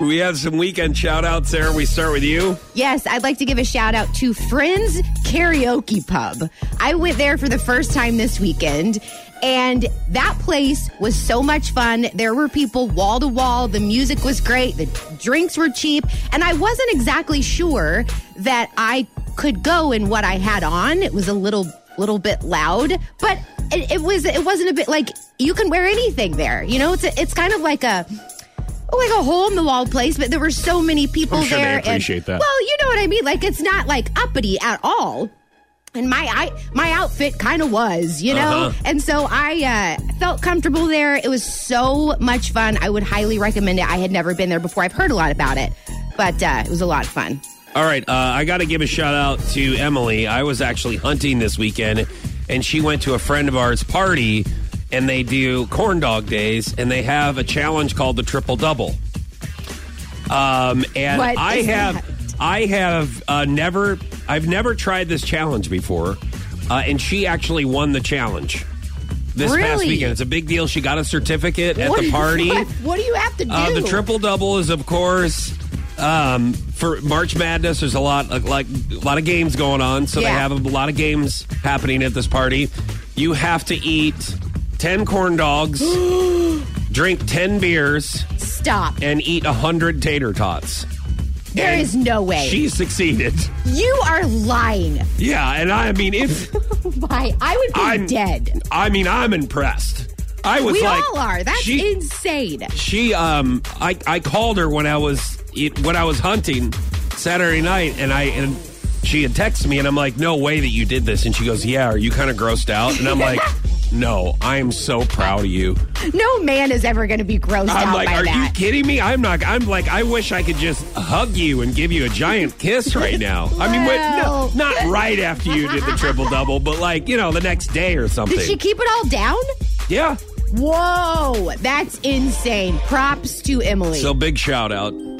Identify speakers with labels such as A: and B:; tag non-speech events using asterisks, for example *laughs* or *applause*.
A: We have some weekend shout outs there. We start with you.
B: Yes, I'd like to give a shout out to Friends Karaoke Pub. I went there for the first time this weekend. And that place was so much fun. There were people wall to wall. The music was great. The drinks were cheap. And I wasn't exactly sure that I could go in what I had on. It was a little, little bit loud, but it, it was, it wasn't a bit like you can wear anything there. You know, it's, a, it's kind of like a, like a hole in the wall place, but there were so many people
C: I'm sure they
B: there.
C: appreciate
B: and,
C: that.
B: Well, you know what I mean. Like it's not like uppity at all. And my I, my outfit kind of was, you know,
A: Uh-huh.
B: and so I uh, felt comfortable there. It was so much fun. I would highly recommend it. I had never been there before. I've heard a lot about it, but uh, it was a lot of fun.
A: All right, uh, I got to give a shout out to Emily. I was actually hunting this weekend, and she went to a friend of ours' party, and they do corn dog days, and they have a challenge called the triple double. Um, and
B: What
A: I
B: is
A: have,
B: that?
A: I have uh, never, I've never tried this challenge before, uh, and she actually won the challenge this past
B: Really?
A: weekend. It's a big deal. She got a certificate at
B: What-
A: the party.
B: *laughs* What, what do you have to do?
A: Uh, the triple double is, of course, um, for March Madness. There's a lot, like, like a lot of games going on, so they
B: Yeah.
A: have a lot of games happening at this party. You have to eat ten corn
B: *gasps*
A: dogs, drink ten beers,
B: Stop.
A: and eat hundred tater tots.
B: There is no way.
A: She succeeded.
B: you are lying.
A: Yeah, and I mean, if
B: Why? I would be
A: I'm
B: dead.
A: I mean, I'm impressed. I was
B: We
A: like,
B: all are. That's
A: she-
B: insane.
A: she um I, I called her when I was it, when I was hunting Saturday night and I and she had texted me and I'm like no way that you did this and she goes yeah are you kind of grossed out and I'm like
B: *laughs*
A: no I am so proud of you
B: No man is ever going to be grossed
A: I'm
B: out
A: like
B: by
A: are
B: that.
A: you kidding me I'm not I'm like I wish I could just hug you and give you a giant kiss right now I mean wait, no,
B: Well.
A: not right after you did the triple double but like you know the next day or something
B: Did she keep it all down?
A: yeah
B: Whoa, that's insane. Props to Emily.
A: so big shout out